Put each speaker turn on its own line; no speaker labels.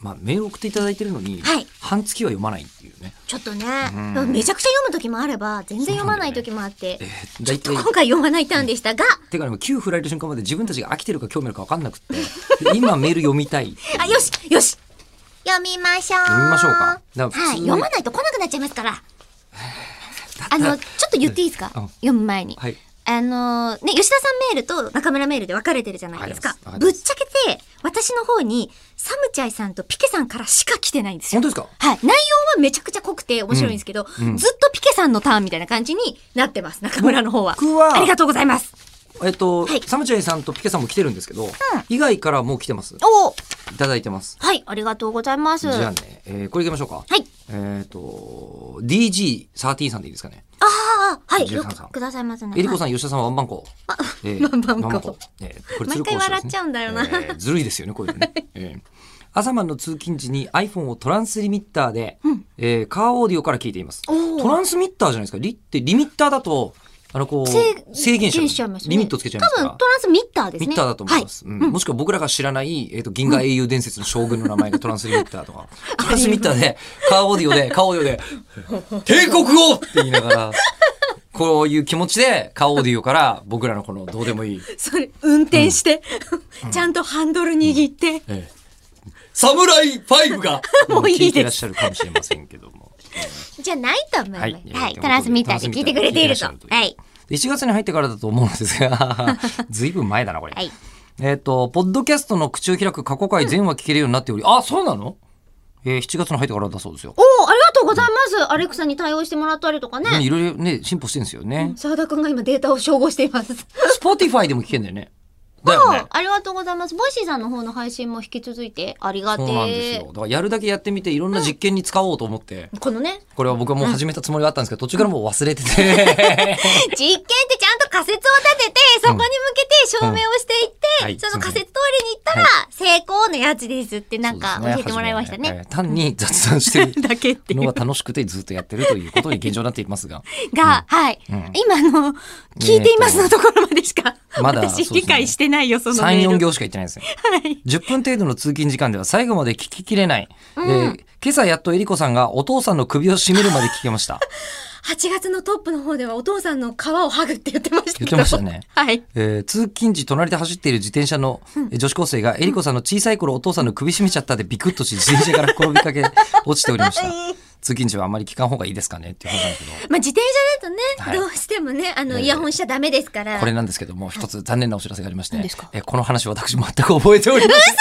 まあ、メール送っていただいてるのに、
はい
半月は読まないっていうね。
ちょっとね
うん
めちゃくちゃ読む時もあれば全然読まない時もあって、
えー、大体
今回読まないターンでしたが
てかね、9振られる瞬間まで自分たちが飽きてるか興味あるか分かんなくって、今メール読みたい。
あよしよし読みましょう
読みましょうかだから普
は
通
い、
に
読まないと来なくなっちゃいますから
だ
あの
っ
ち
て
ょっと言っていいですか、
うん
読む前に、
はい
あのね吉田さんメールと中村メールで分かれてるじゃないですか
わかりますわかり
ぶ
ま
っちゃけて私の方にサムチャイさんとピケさんからしか来てないんですよ
本当ですか
はい。内容はめちゃくちゃ濃くて面白いんですけど、
うんうん
ずっとピケさんのターンみたいな感じになってます、中村の方は。
僕は
ありがとうございます。
えっと、
はい
サムチェイさんとピケさんも来てるんですけど、以外からもう来てます。
おー
いただいてます。
はい、ありがとうございます。
じゃあ
は
ね、えーこれいきましょうか。
い。
えっ、と、DG13 さんでいいですかね。
ああ、はい。
13
よ
さん
くくださいますね。
えりこ
はい
さん、吉田さん、ワンバンコ。え
ワンバンコ
えーこれ
毎回笑っちゃうんだよな
鶴光師匠ですねえーずるいですよね、これ ね。えー朝晩の通勤時に iPhone をトランスリミッターで、えーカーオーディオから聞いています。
おー
トランスミッターじゃないですか。リって、リミッターだと、あの、こう、制限し
し
ち
ちゃ
ゃ
いうます、ね。
リミットつけちゃいますから
多分トランスミッターですね。
ミッターだと思います。うんもしくは僕らが知らない、えっ、と、銀河英雄伝説の将軍の名前がトランスリミッターと か、トランスミッターで、カーオーディオで、カーオーディオ で、帝国をって言いながら、こういう気持ちで、カーオーディオから僕らのこのどうでもいい、
はい。それ、運転して、ちゃんとハンドル握って、
ええサムライ5が、
もういいです
聞てらっしゃるかもしれませんけども。
じゃないと思います。は。
はいい
トランスミッターで聞いてくれていると。
トランスミッターで聞いてらっしゃるという
はい。
で1月に入ってからだと思うんです が、ずいぶん前だな、これ。
はい
えっ、と、ポッドキャストの口を開く過去回全話聞けるようになっており、あ、そうなのえー、7月に入ってからだそうですよ。
おお、ありがとうございます。アレクサに対応してもらったりとか
ね
ね。
いろいろね、進歩してるんですよね。
澤田くんが今データを照合しています。
Spotify でも聞けんだよね。だよね
あ。ありがとうございます。ボイシーさんの方の配信も引き続いてありがて
そう
え
なんですよ。だからやるだけやってみて、いろんな実験に使おうと思って、
このね、
これは僕はもう始めたつもりだったんですけど、途中からもう忘れてて。
実験ってちゃんと仮説を立てて、そこに向けて証明をしていって、
うんはい
その
そう
仮
です
説
ね
通りに行ったら、成功のやつですっ てなんか
そうですね
教えてもらいました
初
ね。
めはえー単に雑談してる
だけっていう
のが楽しくてずっとやってるということに現状になっていますが。
が、はい、
うん
今の、聞いていますのところまでしか、
まだ そうで
私
すね
理解してない よ、そのメ
3、
ール。
4行しか言ってないですね。10分程度の通勤時間では最後まで聞ききれない。えー今朝やっとえりこさんがお父さんの首を絞めるまで聞けま した。
8月のトップの方ではお父さんの皮を剥ぐって言ってましたけど。
言ってましたね。
はい。
えー通勤時隣で走っている自転車のえー女子高生が、えりこさんの小さい頃お父さんの首絞めちゃったでビクッとし自転車から転びかけ 落ちておりました通勤時はあんまり聞かん方がいいですかねっていう話なんですけど
まあ、自転車だとね、
はい
どうしてもね、あの、
ええ
イヤホンしちゃダメですから。
これなんですけども一つ残念なお知らせがありまして
何ですか
えーこの話私全く覚えておりません